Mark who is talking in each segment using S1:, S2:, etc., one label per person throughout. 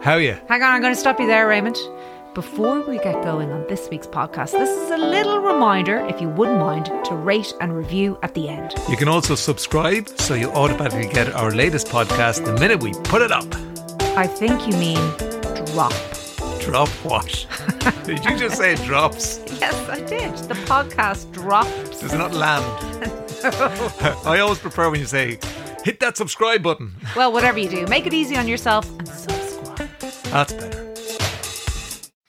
S1: How are you?
S2: Hang on, I'm going to stop you there, Raymond. Before we get going on this week's podcast, this is a little reminder, if you wouldn't mind, to rate and review at the end.
S1: You can also subscribe so you'll automatically get our latest podcast the minute we put it up.
S2: I think you mean drop.
S1: Drop what? Did you just say drops?
S2: Yes, I did. The podcast drops.
S1: Does not land. I always prefer when you say, hit that subscribe button.
S2: Well, whatever you do, make it easy on yourself and subscribe.
S1: That's better.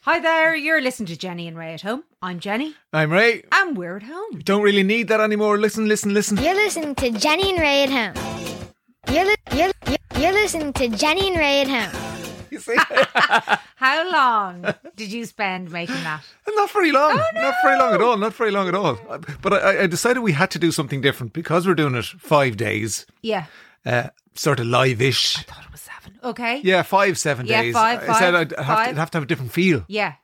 S2: Hi there, you're listening to Jenny and Ray at Home. I'm Jenny,
S1: I'm Ray.
S2: and we're at home.
S1: Don't really need that anymore. Listen, listen, listen.
S3: You're listening to Jenny and Ray at home. You're, li- you're, you're- you're listening to Jenny and Ray at home.
S1: You see?
S2: How long did you spend making that?
S1: Not very long. Not very long at all. Not very long at all. But I, I decided we had to do something different because we're doing it five days,
S2: Yeah,
S1: uh, sort of live ish.
S2: thought it was seven. Okay.
S1: Yeah, five, seven
S2: Yeah,
S1: days.
S2: five,
S1: I said
S2: five,
S1: I'd have, To,
S2: five.
S1: it'd have to have a different feel.
S2: Yeah.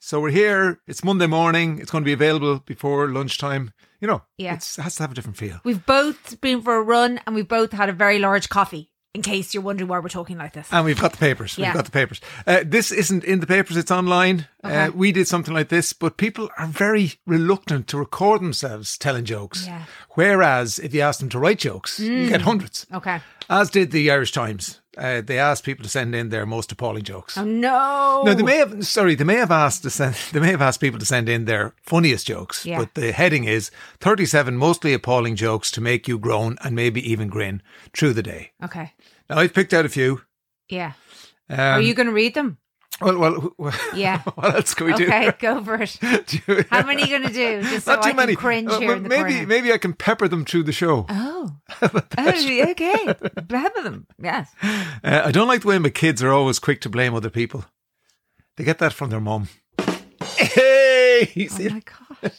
S1: So we're here. It's Monday morning. It's going to be available before lunchtime. You know,
S2: Yeah.
S1: it's, it has to have a different feel.
S2: We've both been for a run and we've both had a very large coffee, in case you're wondering why we're talking like this.
S1: And we've got the papers.
S2: Yeah.
S1: We've got the papers. Uh, this isn't in the papers, it's online.
S2: Okay.
S1: Uh, we did something like this, but people are very reluctant to record themselves telling jokes.
S2: Yeah. Mm.
S1: Whereas if you ask them to write jokes, you get hundreds.
S2: okay.
S1: As did the Irish Times. Uh, they asked people to send in their most appalling jokes.
S2: Oh, no.
S1: No, they may have. Sorry, they may have asked to send. They may have asked people to send in their funniest jokes.
S2: Yeah.
S1: But the heading is thirty-seven mostly appalling jokes to make you groan and maybe even grin through the day.
S2: Okay.
S1: Now I've picked out a few.
S2: Yeah.
S1: Um,
S2: Are you going to read them?
S1: Well, well, well
S2: Yeah.
S1: what else can we
S2: okay, go for it.
S1: do? Do-
S2: How many are you going to do? Just so
S1: Not too
S2: I can
S1: many.
S2: cringe
S1: Uh,
S2: here
S1: well,
S2: in the
S1: maybe,
S2: corner.
S1: maybe I can pepper them through the show.
S2: Oh. oh, okay. Half of them. Yes.
S1: Uh, I don't like the way my kids are always quick to blame other people. They get that from their mum. Hey, You see
S2: Oh my gosh.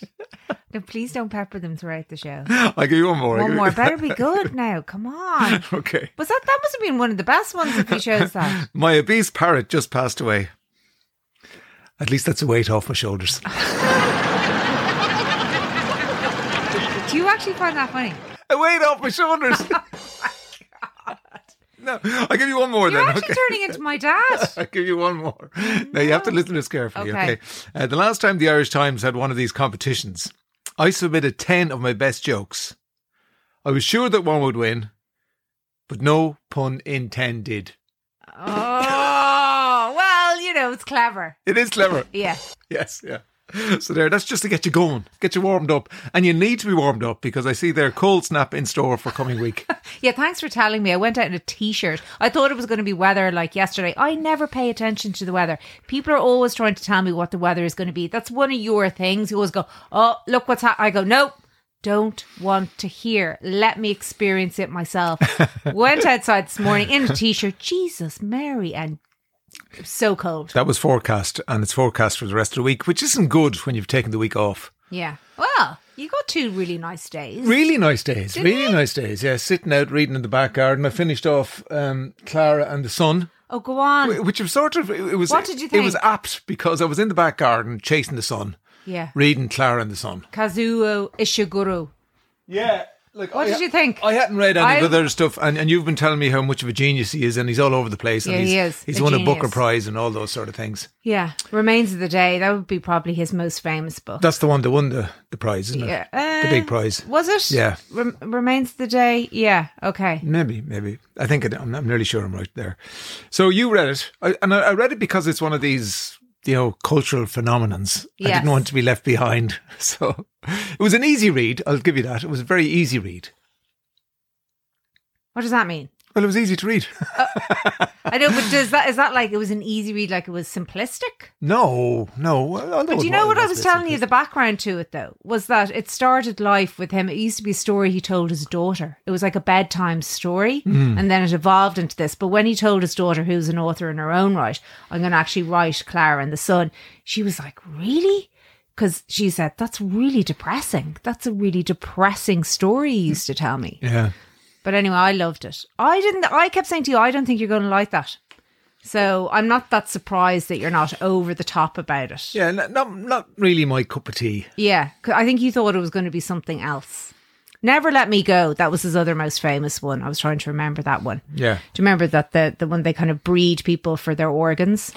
S2: No, please don't pepper them throughout the show.
S1: I'll give you one more. I'll
S2: Oh. One
S1: give
S2: more.
S1: you-
S2: Better be good now. Come on.
S1: okay.
S2: Was that that must have been one of the best ones if you chose that.
S1: My obese parrot just passed away. At least that's a weight off my shoulders.
S2: Do you actually find that funny?
S1: a weight off my shoulders. No, I'll give you one more
S2: You're
S1: then.
S2: actually
S1: okay.
S2: turning into my dad.
S1: I'll give you one more. Now, you have to
S2: No.
S1: listen to this carefully,
S2: Okay.
S1: okay? Uh, the last time the Irish Times had one of these competitions, I submitted 10 of my best jokes. I was sure that one would win, but no pun intended.
S2: Oh, well, you know, it's clever.
S1: It is clever.
S2: Yeah.
S1: Yes, yeah. So there, that's just to get you going, get you warmed up, and you need to be warmed up because I see there cold snap in store for coming week.
S2: Yeah, thanks for telling me. I went out in a t shirt. I thought it was going to be weather like yesterday. I never pay attention to the weather. People are always trying to tell me what the weather is going to be. That's one of your things. You always go, oh, look what's happening. I go, nope. Don't want to hear. Let me experience it myself. Went outside this morning in a t shirt. Jesus, Mary, and it was so cold.
S1: that was forecast, and it's forecast for the rest of the week, which isn't good when you've taken the week off.
S2: Yeah. Well, you got two really nice days.
S1: Really nice days, really nice days. Yeah, sitting out reading in the back garden. I finished off um, Clara and the Sun,
S2: Oh, go on.
S1: wh- which was sort of it it was.
S2: What did you
S1: It was
S2: think?
S1: apt because I was in the back garden chasing the sun,
S2: Yeah.
S1: reading Clara and the Sun.
S2: Kazuo Ishiguro.
S1: Yeah. Like,
S2: What
S1: I-
S2: did you think?
S1: I hadn't read any
S2: I'm-
S1: of the other stuff, and, and you've been telling me how much of a genius he is, and he's all over the place.
S2: Yeah,
S1: and he's,
S2: he is
S1: He's
S2: a
S1: won a
S2: genius.
S1: Booker Prize and all those sort of things.
S2: Yeah, Remains of the Day. That would be probably his most famous book.
S1: That's the one that won the, the prize, isn't
S2: yeah,
S1: it? the big
S2: uh,
S1: prize.
S2: Was it?
S1: Yeah.
S2: Rem- Remains of the Day. Yeah. Okay.
S1: Maybe, maybe. I think it, I'm, I'm nearly sure I'm right there. So you read it, I, and I, I read it because it's one of these, you know, cultural phenomenons. I
S2: Yes.
S1: didn't want to be left behind, so it was an easy read. I'll give you that. It was a very easy read.
S2: What does that mean?
S1: Well, it was easy to read.
S2: I know, but does that is that like it was an easy read, like it was simplistic?
S1: no, no. although
S2: But
S1: it
S2: do you know what I
S1: a
S2: was
S1: bit
S2: telling you?
S1: simplistic.
S2: The background to it, though, was that it started life with him. It used to be a story he told his daughter. It was like a bedtime story, and then it evolved into this. But when he told his daughter, who's an author in her own right, I'm going to actually write Clara and the Sun, she was like, Really? Because she said, That's really depressing. That's a really depressing story you used to tell me.
S1: Yeah.
S2: But anyway, I loved it. I didn't, I kept saying to you, I don't think you're going to like that. So I'm not that surprised that you're not over the top about it.
S1: Yeah, n- not not really my cup of tea.
S2: Yeah, 'cause I think you thought it was going to be something else. Never Let Me Go. That was his other most famous one. I was trying to remember that one.
S1: Yeah.
S2: Do you remember that the, the one they kind of breed people for their organs?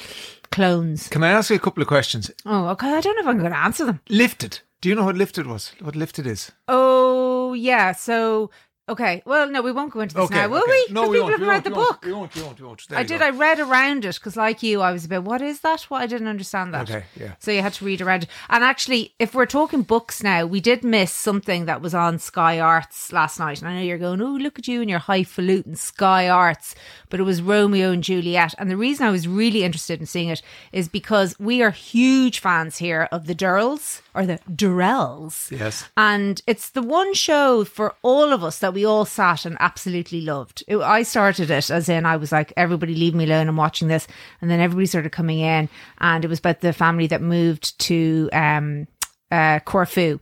S2: Clones.
S1: Can I ask you a couple of questions?
S2: Oh, okay. I don't know if I'm going to answer them.
S1: Lifted. Do you know what lifted was? What lifted is?
S2: Oh, yeah. So, okay. Well, no, we won't go into this now, will
S1: okay.
S2: we?
S1: No,
S2: 'Cause
S1: we
S2: people
S1: won't.
S2: haven't
S1: we
S2: read
S1: won't,
S2: the
S1: we
S2: book.
S1: Won't, we won't. We won't. We won't. There
S2: I
S1: you
S2: did.
S1: go.
S2: I read around it because, like you, I was a bit, what is that? What? I didn't understand that.
S1: Okay, yeah.
S2: So you had to read around it. And actually, if we're talking books now, we did miss something that was on Sky Arts last night. And I know you're going, oh, look at you and your highfalutin Sky Arts. But it was Romeo and Juliet. And the reason I was really interested in seeing it is because we are huge fans here of the Durrells or the Durrells.
S1: Yes.
S2: And it's the one show for all of us that we all sat and absolutely loved. It, I started it as in I was like, everybody leave me alone, I'm watching this. And then everybody started coming in. And it was about the family that moved to um, uh, Corfu.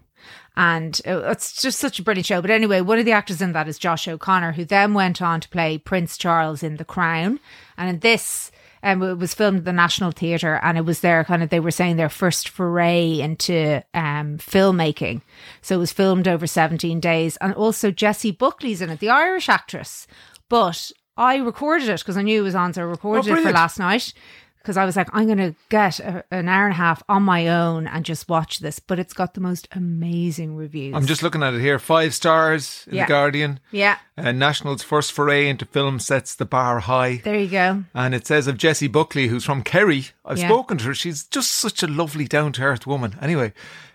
S2: And it- it's just such a brilliant show. But anyway, one of the actors in that is Josh O'Connor, who then went on to play Prince Charles in The Crown. And in this, um, it was filmed at the National Theatre, and it was their kind of they were saying their first foray into um, filmmaking. So it was filmed over seventeen days, and also Jessie Buckley's in it, the Irish actress. But I recorded it because I knew it was on, so I recorded it for
S1: Oh, brilliant.
S2: last night because I was like, I'm going to get a, an hour and a half on my own and just watch this. But it's got the most amazing reviews.
S1: I'm just looking at it here. Five stars in
S2: Yeah.
S1: the Guardian.
S2: yeah,
S1: Uh, National's first foray into film sets the bar high.
S2: there you go.
S1: And it says of Jessie Buckley, who's from Kerry. I've
S2: Yeah.
S1: spoken to her. She's just such a lovely, down to earth woman. Anyway,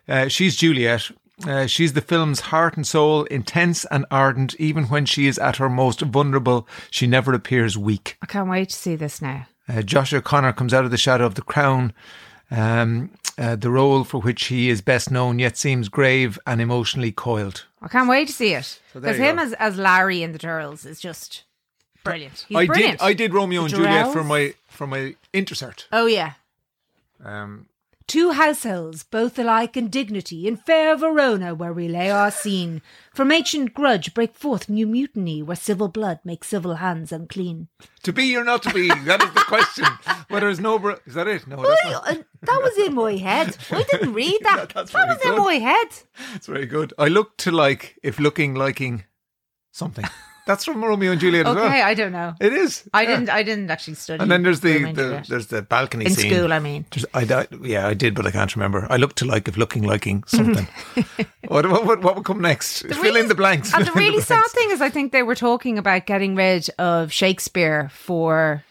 S1: uh, she's Juliet. Uh, she's the film's heart and soul, intense and ardent. Even when she is at her most vulnerable, she never appears weak.
S2: I can't wait to see this now.
S1: Uh, Josh O'Connor comes out of the shadow of the crown, um, uh, the role for which he is best known, yet seems grave and emotionally coiled.
S2: I can't wait to see it
S1: there
S2: because
S1: you
S2: him
S1: go.
S2: as, as Larry in the Turtles is just brilliant. He's
S1: I
S2: brilliant.
S1: did. I did Romeo and
S2: The
S1: Juliet for
S2: Durrells?
S1: my for my intercert.
S2: Oh yeah.
S1: Um,
S2: Two households, both alike in dignity, in fair Verona, where we lay our scene. From ancient grudge break forth new mutiny, where civil blood makes civil hands unclean.
S1: to be or not to be—that is the question. Whether it's no, bro- is that it? No, that's not.
S2: Uh, that was in my head. I didn't read that.
S1: That's
S2: that
S1: very
S2: was in
S1: good.
S2: my head.
S1: That's very good. I look to like if looking liking something. That's from Romeo and Juliet as
S2: Okay,
S1: well.
S2: I don't know.
S1: It is.
S2: I
S1: yeah.
S2: didn't. I didn't actually study.
S1: And then there's the,
S2: Romeo and
S1: the
S2: Juliet.
S1: there's the balcony
S2: in
S1: scene.
S2: school. I mean,
S1: There's- I, di- yeah, I did, but I can't remember. I looked to like if looking liking something. what, what, what what would come next? Fill in
S2: really-
S1: the blanks.
S2: And the
S1: Fill in
S2: really sad
S1: blanks.
S2: thing is, I think they were talking about getting rid of Shakespeare for,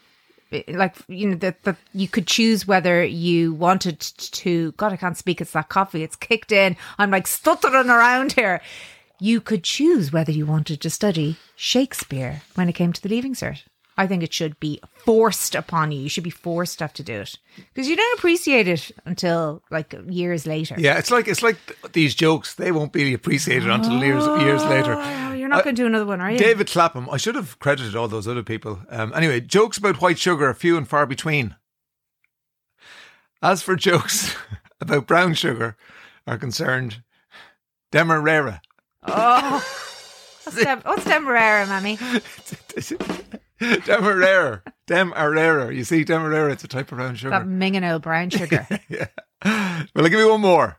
S2: like, you know, that that you could choose whether you wanted to. God, I can't speak. It's that coffee. It's kicked in. I'm like stuttering around here. You could choose whether you wanted to study Shakespeare when it came to the Leaving Cert. I think it should be forced upon you. You should be forced to have to do it because you don't appreciate it until like years later.
S1: Yeah, it's like it's like th- these jokes. They won't be appreciated until years years later.
S2: Oh, you're
S1: Uh,
S2: not going to do another one, are you?
S1: David Clapham. I should have credited all those other people. Um, anyway, jokes about white sugar are few and far between. As for jokes about brown sugar are concerned, Demerara.
S2: Oh. What's, dem- what's Demerara, Mammy?
S1: Demerara. Demerara. You see, Demerara, it's a type of brown
S2: That
S1: sugar.
S2: mingano brown sugar.
S1: yeah. Well, I'll give you one more.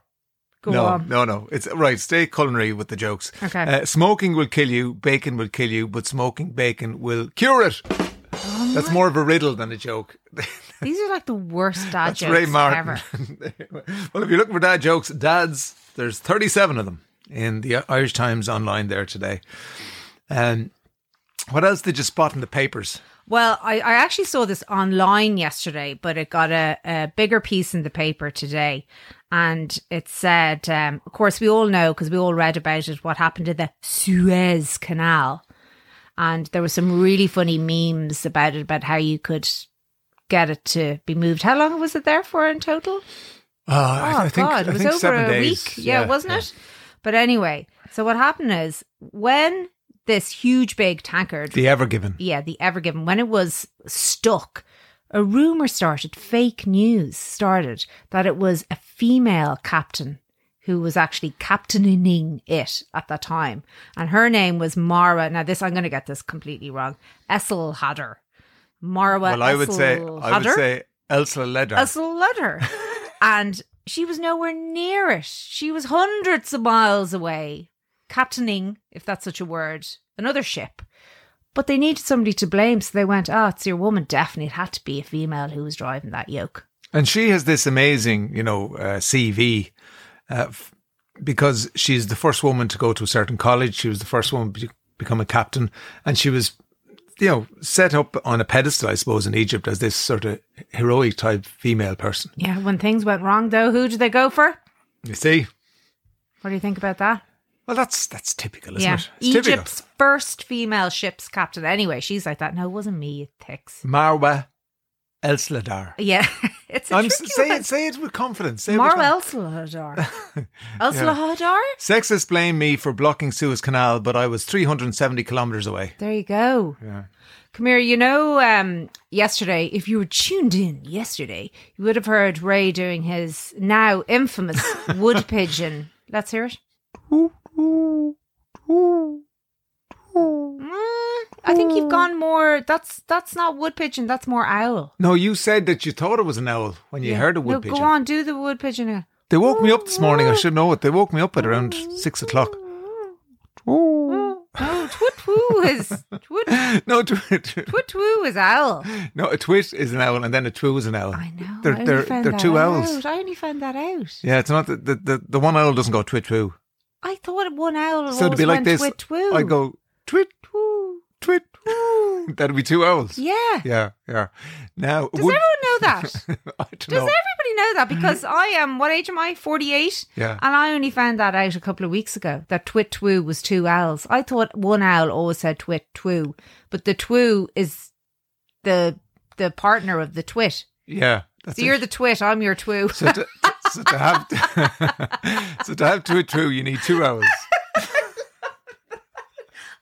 S2: Go
S1: no,
S2: on.
S1: no, no. It's right. Stay culinary with the jokes.
S2: Okay.
S1: Uh, smoking will kill you. Bacon will kill you, but smoking bacon will cure it.
S2: Oh
S1: That's more of a riddle than a joke.
S2: These are like the worst dad
S1: That's
S2: jokes
S1: Ray Martin.
S2: ever.
S1: well, if you're looking for dad jokes, dads, there's 37 of them in the Irish Times online there today. Um, what else did you spot in the papers?
S2: Well, I, I actually saw this online yesterday, but it got a, a bigger piece in the paper today. And it said, um, of course, we all know because we all read about it what happened to the Suez Canal. And there were some really funny memes about it, about how you could get it to be moved. How long was it there for in total?
S1: Oh, I,
S2: Oh
S1: I think,
S2: God,
S1: I
S2: it was
S1: think
S2: over
S1: seven
S2: a
S1: days.
S2: week. Yeah, wasn't it? But anyway, so what happened is when this huge big tankard,
S1: The Ever Given.
S2: yeah, the Ever Given, when it was stuck, a rumor started, fake news started that it was a female captain who was actually captaining it at that time, and her name was Mara. Now, this I'm going to get this completely wrong. Essel Hadder, Mara.
S1: Well, I would say,
S2: Esselhadder.
S1: I would say Elsa Leder.
S2: A slutter. and she was nowhere near it. She was hundreds of miles away. captaining, if that's such a word, another ship. But they needed somebody to blame, so they went, oh, it's your woman, definitely. It had to be a female who was driving that yoke.
S1: And she has this amazing, you know, uh, CV uh, f- because she's the first woman to go to a certain college. She was the first woman to be- become a captain. And she was, you know, set up on a pedestal, I suppose, in Egypt as this sort of heroic type female person.
S2: Yeah, when things went wrong, though, who did they go for?
S1: You see?
S2: What do you think about that?
S1: Well, that's that's typical, isn't
S2: yeah.
S1: it? It's typical.
S2: Egypt's first female ship's captain. Anyway, she's like that. No, it wasn't me, it ticks.
S1: Marwa Elsladar.
S2: Yeah, it's a
S1: I'm
S2: tricky
S1: say
S2: one.
S1: it, say it with confidence. Say it with
S2: Mar
S1: confidence.
S2: Elslahadar. Elslahadar?
S1: Sexists blame me for blocking Suez Canal, but I was 370 kilometres away.
S2: There you go.
S1: Yeah.
S2: Come here, you know, um, yesterday, if you were tuned in yesterday, you would have heard Ray doing his now infamous wood pigeon. Let's hear it. Mm, I think you've gone more. That's that's not wood pigeon. That's more owl.
S1: No, you said that you thought it was an owl when you heard a wood
S2: no,
S1: pigeon.
S2: Go on, do the wood pigeon. now.
S1: They woke me up this morning. I should know it. They woke me up at around six o'clock.
S2: No, Oh, twit woo is twit
S1: No, tw- tw-
S2: twit woo is owl.
S1: no, a twit is an owl, and then a twoo is an owl.
S2: I know.
S1: They're
S2: I only
S1: they're,
S2: found
S1: they're
S2: that
S1: two
S2: out.
S1: owls.
S2: I only found that out.
S1: Yeah, it's not the the, the, the one owl doesn't go twit twoo.
S2: I thought one owl
S1: So
S2: always
S1: it'd be like
S2: went
S1: this.
S2: twit woo.
S1: I'd go twit
S2: Woo.
S1: twit. That'd be two owls.
S2: Yeah.
S1: yeah. yeah. Now,
S2: Does
S1: wood-
S2: everyone know that?
S1: I don't
S2: Does
S1: know.
S2: everybody know that? Because I am, what age am I? 48?
S1: Mm-hmm. Yeah.
S2: And I only found that out a couple of weeks ago that twit twoo was two owls. I thought one owl always said twit twoo, but the twoo is the the partner of the twit.
S1: yeah. That's
S2: So
S1: it.
S2: you're the twit, I'm your twoo.
S1: So to, so to have so to have two two, you need two hours.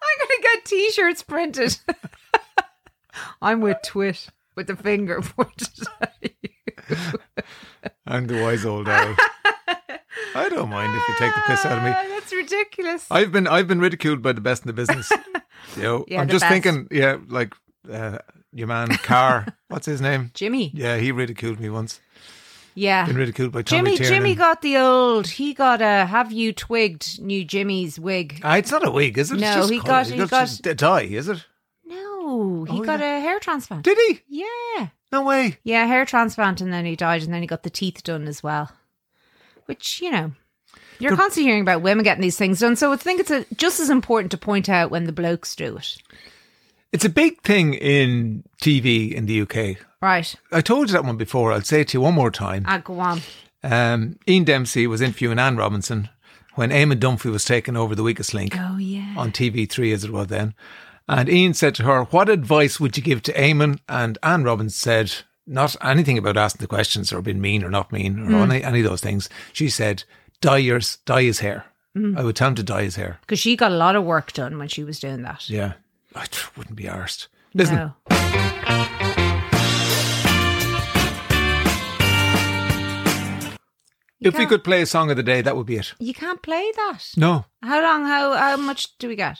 S2: I'm going to get t shirts printed. I'm with twit with the finger pointed at you.
S1: I'm the wise old owl. I don't mind if you take the piss out of me.
S2: Ah, That's ridiculous.
S1: I've been I've been ridiculed by the best in the business. You know,
S2: Yeah,
S1: I'm
S2: the
S1: just
S2: best.
S1: thinking, yeah, like uh, your man Carr, what's his name?
S2: Jimmy.
S1: Yeah, he ridiculed me once.
S2: Yeah.
S1: Been ridiculed by Tommy
S2: Jimmy
S1: Tiernan.
S2: Jimmy got the old. He got a have you twigged new Jimmy's wig.
S1: Ah, it's not a wig, is it? It's
S2: No,
S1: just
S2: he
S1: colour.
S2: got- he
S1: It's
S2: got-
S1: just a dye, is it?
S2: No, he
S1: Oh,
S2: got a hair transplant.
S1: Did he?
S2: yeah,
S1: No way.
S2: yeah, hair transplant, and then he died, and then he got the teeth done as well. Which you know, you're
S1: Good-
S2: constantly hearing about women getting these things done, so I think it's a, just as important to point out when the blokes do it,
S1: It's a big thing in TV in the UK.
S2: right?
S1: I told you that one before. I'll say it to you one more time.
S2: I go on. Ah.
S1: Um, Ian Dempsey was interviewing Anne Robinson when Eamon Dunphy was taking over the weakest link
S2: Oh yeah.
S1: on TV3 as it was then. And Ian said to her, What advice would you give to Eamon? And Anne Robbins said, Not anything about asking the questions or being mean or not mean or
S2: Hmm.
S1: any, any of those things. She said, Dye, your, dye his hair.
S2: Hmm.
S1: I would tell him to dye his hair.
S2: Because she got a lot of work done when she was doing that.
S1: Yeah. I t- wouldn't be arsed. Listen,
S2: No. You
S1: if we
S2: can't-
S1: could play a song of the day, that would be it.
S2: you can't play that.
S1: No.
S2: How long? How how much do we get?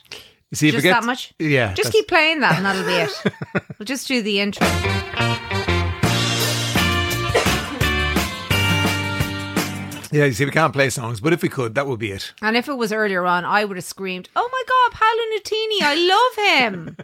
S1: You See, if
S2: Just
S1: it
S2: that
S1: gets-
S2: much?
S1: Yeah.
S2: Just
S1: that's-
S2: keep playing that, and that'll be it. we'll just do the intro.
S1: Yeah, you see, we can't play songs, but if we could, that would be it.
S2: And if it was earlier on, I would have screamed, "Oh my God, Paolo Nutini! I love him."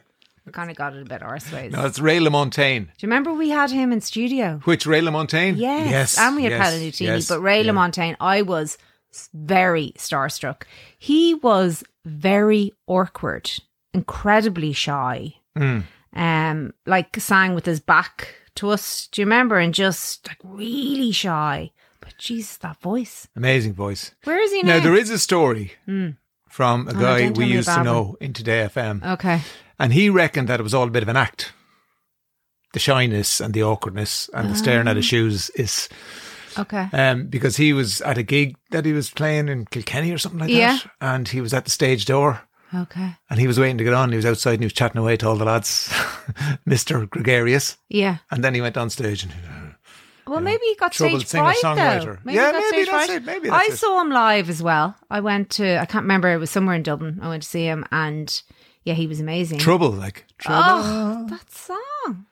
S2: I kind of got it a bit arse ways.
S1: No,
S2: Do
S1: it's Ray LaMontagne.
S2: you remember we had him in studio?
S1: Which Ray LaMontagne?
S2: Yes, and we had
S1: yes,
S2: Paolo Nutini,
S1: yes,
S2: but Ray
S1: yeah.
S2: LaMontagne, I was s- very starstruck. He was very awkward, incredibly shy.
S1: Mm.
S2: um, like sang with his back to us. Do you remember? And just like really shy. But Jesus, that voice.
S1: Amazing voice.
S2: Where is he now?
S1: Now there is a story from a
S2: no,
S1: guy
S2: Hmm. Oh, don't
S1: we
S2: tell me
S1: used to
S2: about Oh.
S1: know in Today FM,
S2: Okay.
S1: and he reckoned that it was all a bit of an act. The shyness and the awkwardness and the staring at his
S2: Ah.
S1: shoes is
S2: Okay.
S1: um, because he was at a gig that he was playing in Kilkenny or something like
S2: Yeah.
S1: that, and he was at the stage door.
S2: Okay.
S1: And he was waiting to get on. He was outside and he was chatting away to all the lads, Mister Gregarious.
S2: Yeah.
S1: And then he went on stage and
S2: Well, maybe he got
S1: Troubled
S2: stage fright though.
S1: singer-songwriter.
S2: Maybe
S1: Yeah,
S2: he got
S1: maybe
S2: stage
S1: that's
S2: fright.
S1: it, maybe that's
S2: I
S1: it.
S2: saw him live as well. I went to I can't remember. It was somewhere in Dublin. I went to see him, and yeah, he was amazing.
S1: trouble, like trouble.
S2: Oh, that song.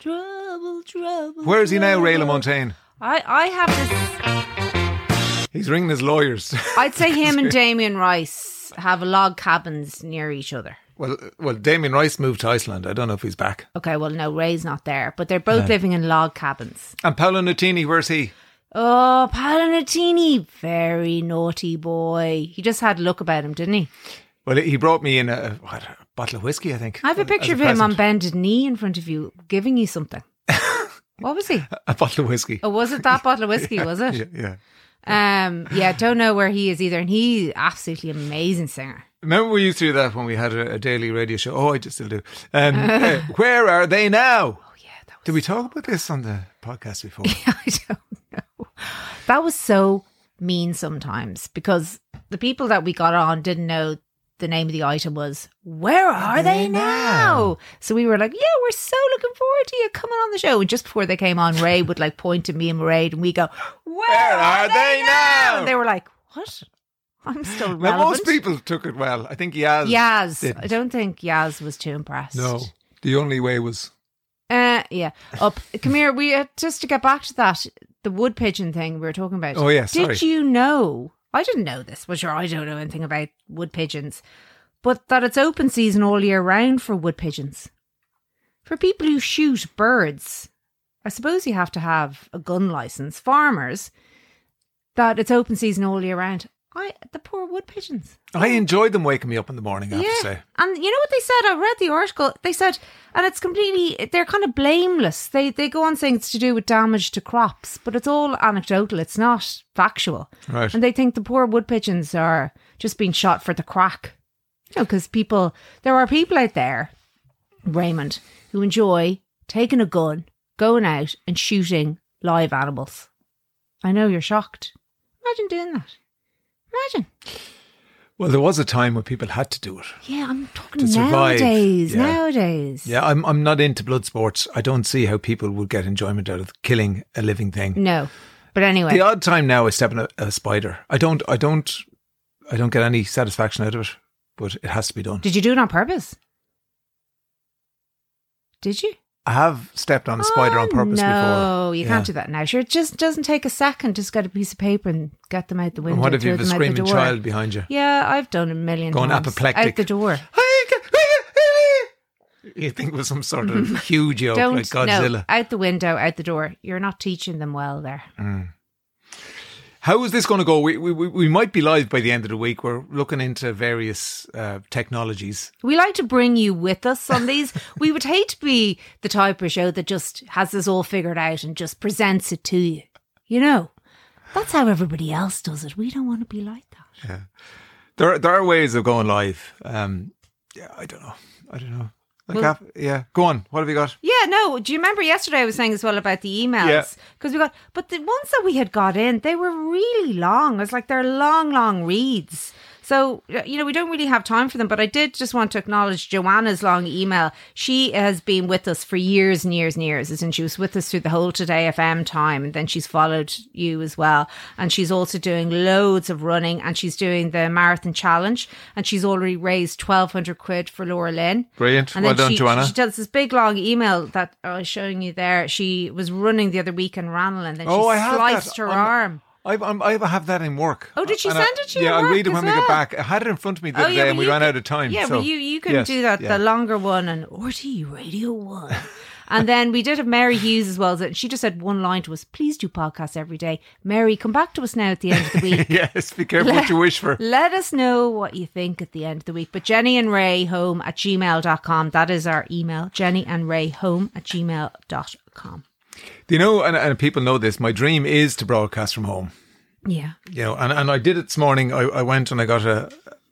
S2: Trouble, trouble.
S1: Where is he now, Ray
S2: trouble.
S1: LaMontagne?
S2: I I have this.
S1: He's ringing his lawyers.
S2: I'd say him and Damien Rice. Icelanders have log cabins near each other.
S1: Well, well, Damien Rice moved to Iceland. I don't know if he's back.
S2: Okay, well, no, Ray's not there, but they're both living in log cabins.
S1: And Paolo Nutini, where's he?
S2: Oh, Palinatini, very naughty boy. He just had a look about him, didn't he?
S1: Well, he brought me in a, what, a bottle of whiskey, I think.
S2: I have a
S1: as
S2: picture of him
S1: present.
S2: on bended knee in front of you, giving you something. what was he?
S1: a bottle of whiskey.
S2: Oh, was it that bottle of whiskey? was it?
S1: Yeah, yeah.
S2: Um, yeah, don't know where he is either, and he's absolutely amazing singer.
S1: Remember we used to do that when we had a, a daily radio show. Oh, I just still do. Um, uh, where are they now?
S2: Oh yeah, that
S1: Did we talk about this on the podcast before?
S2: was, I don't know. That was so mean sometimes because the people that we got on didn't know the name of the item was Where Are They Now? So we were like, Yeah, we're so looking forward to you coming on the show. And just before they came on, Ray would like point to me and Ray and we go, Where,
S1: are they now?"
S2: And they were like, What? I'm still
S1: Now,
S2: relevant.
S1: most people took it well. I think Yaz.
S2: Yaz.
S1: didn't.
S2: I don't think Yaz was too impressed.
S1: No, the only way was
S2: Uh, yeah. Up. Come here. We uh, just to get back to that the wood pigeon thing we were talking about.
S1: Oh, yeah, sorry.
S2: Did you know? I didn't know this. Well, sure, I don't know anything about wood pigeons, but that it's open season all year round for wood pigeons. For people who shoot birds, I suppose you have to have a gun license. Farmers, that it's open season all year round. I the poor wood pigeons.
S1: I enjoyed them waking me up in the morning. I have to say.
S2: And you know what they said? I read the article. They said, and it's completely, they're kind of blameless. They they go on saying it's to do with damage to crops, but it's all anecdotal. It's not factual.
S1: Right.
S2: And they think the poor wood pigeons are just being shot for the crack. You know, because people, there are people out there, Raymond, who enjoy taking a gun, going out and shooting live animals. I know you're shocked. Imagine doing that. Imagine.
S1: Well, there was a time when people had to do it.
S2: Yeah, I'm talking
S1: To survive,
S2: nowadays.
S1: yeah.
S2: Nowadays.
S1: Yeah, I'm. I'm not into blood sports. I don't see how people would get enjoyment out of killing a living thing.
S2: No. But anyway,
S1: The odd time now is stepping a, a spider. I don't. I don't. I don't get any satisfaction out of it. But it has to be done.
S2: did you do it on purpose? Did you?
S1: I have stepped on a spider on
S2: Oh,
S1: purpose
S2: no,
S1: before.
S2: you
S1: Yeah.
S2: can't do that now. Sure, it just doesn't take a second. Just get a piece of paper and get them out the window.
S1: And what if you
S2: throw
S1: have a
S2: them out the
S1: screaming
S2: door.
S1: child behind you?
S2: Yeah, I've done a million
S1: Going
S2: times.
S1: apoplectic.
S2: Out the door.
S1: You think it was some sort of huge yoke
S2: Don't,
S1: like Oh, Godzilla.
S2: no, out the window, out the door. You're not teaching them well there.
S1: How is this going to go? We, we we- we might be live by the end of the week. We're looking into various uh, technologies.
S2: We like to bring you with us on these. we would hate to be the type of show that just has this all figured out and just presents it to you. You know, that's how everybody else does it. We don't want to be like that.
S1: There are, there are ways of going live. Um, yeah, I don't know. I don't know. Like,
S2: Well-
S1: af- yeah, go on. What have you got?
S2: Yeah, no. Do you remember yesterday I was saying as well about the
S1: Yeah.
S2: emails? Because we got, but the ones that we had got in, they were really long. It's like they're long, long reads. So, uh, you know, we don't really have time for them, but I did just want to acknowledge Joanna's long email. She has been with us for years and years and years, as in she was with us through the whole Today FM time, and then she's followed you as well. And she's also doing loads of running, and she's doing the marathon challenge, and she's already raised 1,200 quid for Laura Lynn.
S1: Brilliant.
S2: And
S1: well
S2: then
S1: done,
S2: she,
S1: Joanna.
S2: She does this big long email that I was showing you there. She was running the other week in Ranelagh and then
S1: Oh, I
S2: she
S1: have
S2: sliced
S1: that
S2: her
S1: on-
S2: arm.
S1: I've, I'm, I have that in work.
S2: Oh, did she
S1: And
S2: send it to you
S1: Yeah,
S2: at
S1: I'll read it when
S2: work as
S1: we get
S2: well?
S1: back. I had it in front of me the
S2: Oh,
S1: other
S2: yeah,
S1: day and
S2: well,
S1: we
S2: you
S1: ran
S2: could-
S1: out of time.
S2: Yeah,
S1: so-
S2: but you you can
S1: yes,
S2: do that
S1: yeah.
S2: the longer one and RT Radio One. And then we did have Mary Hughes as well, and she just said one line to us: "Please do podcasts every day, Mary. Come back to us now at the end of the week.
S1: yes, be careful what you wish for.
S2: Let us know what you think at the end of the week. But Jenny and Ray Home at gmail.com. That is our email. Jenny and Ray Home at gmail.com.
S1: Do you know, and, and people know this, my dream is to broadcast from home.
S2: Yeah.
S1: You know, and, and I did it this morning. I, I went and I got a.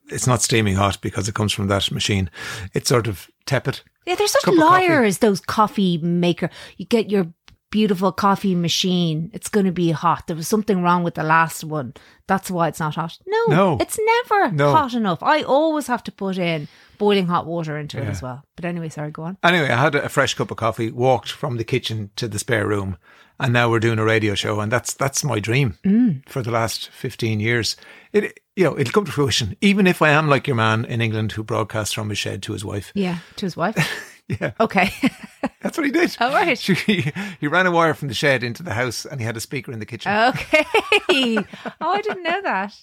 S1: It's not steaming hot because it comes from that machine. It's sort of tepid.
S2: Yeah, they're such
S1: Cup of coffee.
S2: liars, those coffee maker. You get your beautiful coffee machine. It's going to be hot. There was something wrong with the last one. That's why it's not hot. No,
S1: No.
S2: it's never
S1: No.
S2: hot enough. I always have to put in boiling hot water into it as well. But anyway, sorry, go on.
S1: Anyway, I had a fresh cup of coffee, walked from the kitchen to the spare room, and now we're doing a radio show, and that's that's my dream
S2: Mm.
S1: for the last fifteen years. It you know it'll come to fruition, even if I am like your man in England who broadcasts from his shed to his wife.
S2: Yeah, to his wife.
S1: Yeah.
S2: Okay.
S1: That's what he did.
S2: All right.
S1: She- he, he ran a wire
S2: Oh.
S1: from the shed into the house, and he had a speaker in the kitchen.
S2: okay. Oh, I didn't know that.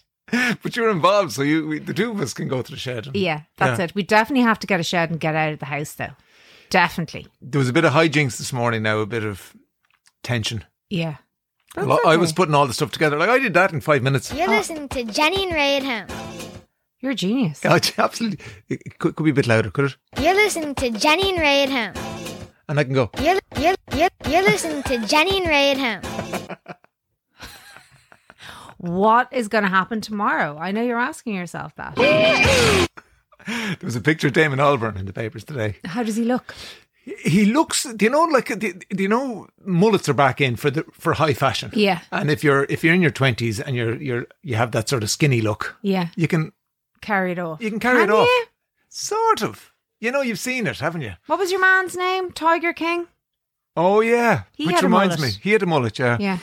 S1: but you're involved, so you we, the two of us can go to the shed. and-
S2: Yeah, that's
S1: Yeah.
S2: it. We definitely have to get a shed and get out of the house, though. Definitely.
S1: There was a bit of hijinks this morning. Now a bit of tension.
S2: Yeah.
S1: A
S2: That's
S1: lot- I was
S2: okay.
S1: putting all the stuff together. Like I did that in five minutes.
S3: You're listening to Jenny and Ray at home.
S2: You're a genius.
S1: Yeah, I- absolutely. It it could, could be a bit louder, could it?
S3: You're listening to Jenny and Ray at home.
S1: And I can go.
S3: You're, you're, you're, you're listening to Jenny and Ray at home.
S2: What is going to happen tomorrow? I know you're asking yourself that.
S1: There was a picture of Damon Alburn in the papers today.
S2: How does he look?
S1: He looks. Do you know like? Do do you know mullets are back in for the for high fashion?
S2: Yeah.
S1: And if you're if you're in your twenties and you're you're you have that sort of skinny look,
S2: Yeah.
S1: you can
S2: Carry it off.
S1: you can carry
S2: Can
S1: it off.
S2: you?
S1: Sort of. You know, you've seen it, haven't you?
S2: What was your man's name? Tiger King?
S1: Oh yeah.
S2: He
S1: Which
S2: had a
S1: reminds me,
S2: mullet.
S1: he had a mullet. Yeah.
S2: Yeah.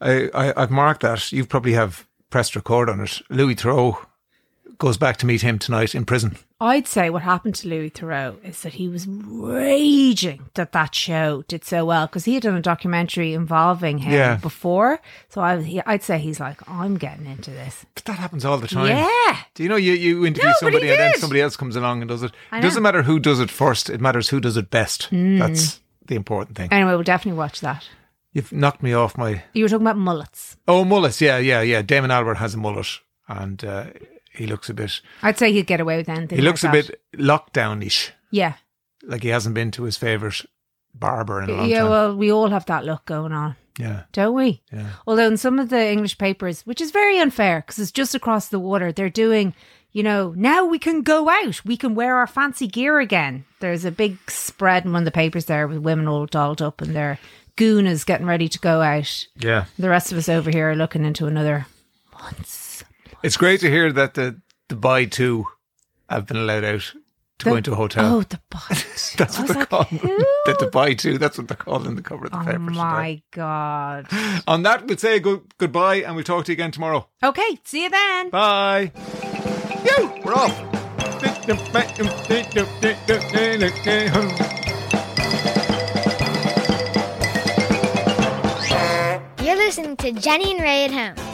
S1: I, I I've marked that. You probably have pressed record on it. Louis Theroux goes back to meet him tonight in prison.
S2: I'd say what happened to Louis Theroux is that he was raging that that show did so well because he had done a documentary involving him
S1: Yeah.
S2: before. So I, he, I'd say he's like, I'm getting into this.
S1: But that happens all the time.
S2: Yeah.
S1: Do you know you, you interview
S2: No, but he
S1: somebody and then
S2: did.
S1: somebody else comes along and does it? It
S2: I know. Hmm.
S1: doesn't matter who does it first, it matters who does it best. That's the important thing.
S2: Anyway, we'll definitely watch that.
S1: You've knocked me off my.
S2: You were talking about mullets.
S1: Oh, mullets. Yeah, yeah, yeah. Damon Albert has a mullet and uh, he looks a bit.
S2: I'd say he'd get away with anything.
S1: He looks
S2: like
S1: a
S2: that.
S1: bit lockdown ish.
S2: Yeah.
S1: Like he hasn't been to his favourite barber in a long
S2: Yeah,
S1: time.
S2: well, we all have that look going on,
S1: yeah,
S2: don't we?
S1: yeah.
S2: Although in some of the English papers, which is very unfair because it's just across the water, they're doing, you know, now we can go out, we can wear our fancy gear again. There's a big spread in one of the papers there with women all dolled up and their goon is getting ready to go out.
S1: Yeah.
S2: The rest of us over here are looking into another.
S1: It's great to hear that the, the buy two have been allowed out to go into a hotel.
S2: Oh, the bot.
S1: That's what
S2: I was
S1: they're
S2: like,
S1: called.
S2: who?
S1: the Dubai two. That's what they're called in the cover of the
S2: Oh
S1: papers. today.
S2: my God.
S1: On that, we'll say good- goodbye and we'll talk to you again tomorrow.
S2: Okay, see you then.
S1: Bye. You, we're off.
S3: You're listening to Jenny and Ray at home.